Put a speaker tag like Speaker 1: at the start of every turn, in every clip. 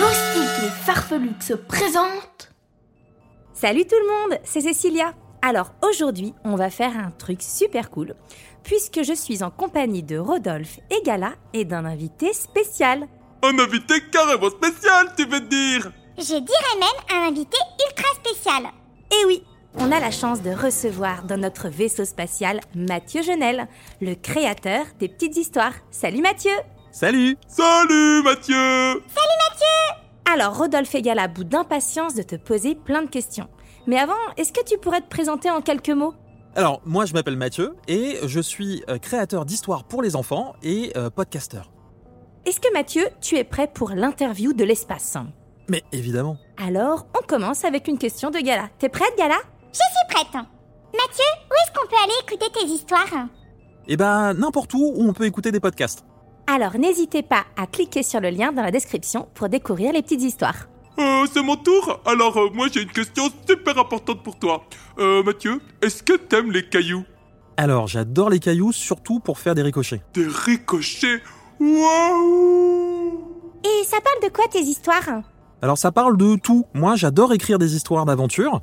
Speaker 1: Loustique les farfeluques se présente
Speaker 2: Salut tout le monde, c'est Cécilia. Alors aujourd'hui, on va faire un truc super cool, puisque je suis en compagnie de Rodolphe et Gala et d'un invité spécial.
Speaker 3: Un invité carrément spécial, tu veux dire
Speaker 1: Je dirais même un invité ultra spécial
Speaker 2: Et Eh oui, on a la chance de recevoir dans notre vaisseau spatial Mathieu Genel, le créateur des petites histoires. Salut Mathieu
Speaker 4: Salut
Speaker 3: Salut Mathieu
Speaker 2: Alors Rodolphe et Gala bout d'impatience de te poser plein de questions. Mais avant, est-ce que tu pourrais te présenter en quelques mots
Speaker 4: Alors, moi je m'appelle Mathieu et je suis euh, créateur d'histoires pour les enfants et euh, podcasteur.
Speaker 2: Est-ce que Mathieu, tu es prêt pour l'interview de l'espace
Speaker 4: Mais évidemment.
Speaker 2: Alors, on commence avec une question de Gala. T'es prête Gala
Speaker 1: Je suis prête Mathieu, où est-ce qu'on peut aller écouter tes histoires
Speaker 4: Et ben, n'importe où où on peut écouter des podcasts.
Speaker 2: Alors n'hésitez pas à cliquer sur le lien dans la description pour découvrir les petites histoires.
Speaker 3: Euh, c'est mon tour Alors, euh, moi j'ai une question super importante pour toi. Euh, Mathieu, est-ce que t'aimes les cailloux
Speaker 4: Alors, j'adore les cailloux, surtout pour faire des ricochets.
Speaker 3: Des ricochets Waouh
Speaker 2: Et ça parle de quoi tes histoires
Speaker 4: Alors, ça parle de tout. Moi, j'adore écrire des histoires d'aventure,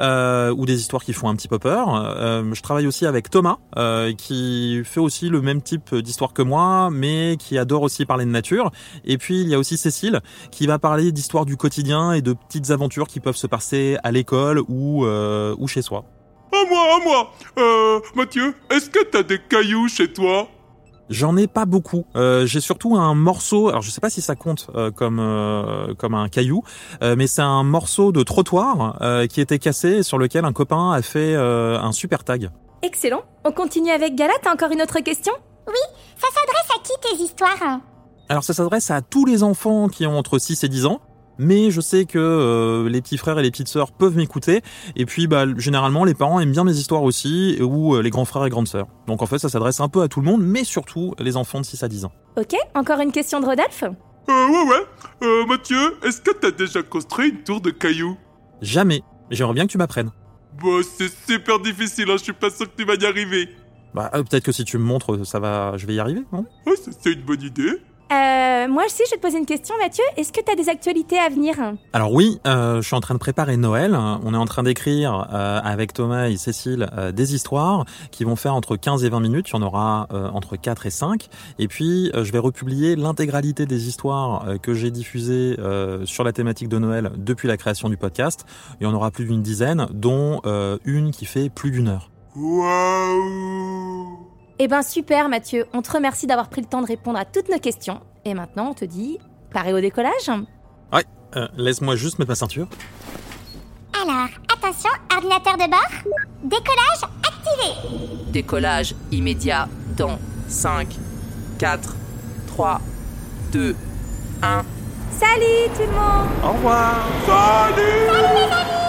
Speaker 4: euh, ou des histoires qui font un petit peu peur. Euh, je travaille aussi avec Thomas, euh, qui fait aussi le même type d'histoire que moi, mais qui adore aussi parler de nature. Et puis, il y a aussi Cécile, qui va parler d'histoires du quotidien et de petites aventures qui peuvent se passer à l'école ou, euh, ou chez soi.
Speaker 3: À moi, à moi Euh, Mathieu, est-ce que t'as des cailloux chez toi
Speaker 4: J'en ai pas beaucoup. Euh, j'ai surtout un morceau. Alors je sais pas si ça compte euh, comme euh, comme un caillou, euh, mais c'est un morceau de trottoir euh, qui était cassé et sur lequel un copain a fait euh, un super tag.
Speaker 2: Excellent. On continue avec Gala, t'as encore une autre question
Speaker 1: Ça s'adresse à qui tes histoires
Speaker 4: Alors ça s'adresse à tous les enfants qui ont entre 6 et 10 ans. Mais je sais que euh, les petits frères et les petites sœurs peuvent m'écouter. Et puis, bah, généralement, les parents aiment bien mes histoires aussi, ou euh, les grands frères et grandes sœurs. Donc, en fait, ça s'adresse un peu à tout le monde, mais surtout les enfants de 6 à 10 ans.
Speaker 2: Ok, encore une question de Rodolphe
Speaker 3: Euh, ouais, ouais Euh, Mathieu, est-ce que t'as déjà construit une tour de cailloux
Speaker 4: Jamais. J'aimerais bien que tu m'apprennes.
Speaker 3: Bah, c'est super difficile, hein, je suis pas sûr que tu vas y arriver.
Speaker 4: Bah, euh, peut-être que si tu me montres, ça va, je vais y arriver, non
Speaker 3: Ouais, Oh, c'est- c'est une bonne idée.
Speaker 2: Euh, moi aussi, je vais te poser une question, Mathieu. Est-ce que t'as des actualités à venir
Speaker 4: Alors oui, euh, je suis en train de préparer Noël. hein. On est en train d'écrire euh, avec Thomas et Cécile euh, des histoires qui vont faire entre 15 et 20 minutes. Il y en aura euh, entre 4 et 5. Et puis, euh, je vais republier l'intégralité des histoires euh, que j'ai diffusées euh, sur la thématique de Noël depuis la création du podcast. Il y en aura plus d'une dizaine, dont euh, une qui fait plus d'une heure.
Speaker 3: Waouh
Speaker 2: Eh ben super, Mathieu. On te remercie d'avoir pris le temps de répondre à toutes nos questions. Et maintenant, on te dit, paré au décollage
Speaker 4: Ouais, euh, laisse-moi juste mettre ma ceinture.
Speaker 1: Alors, attention, ordinateur de bord, décollage activé
Speaker 5: Décollage immédiat dans 5, 4, 3, 2, 1.
Speaker 2: Salut tout le monde
Speaker 4: Au revoir
Speaker 3: Salut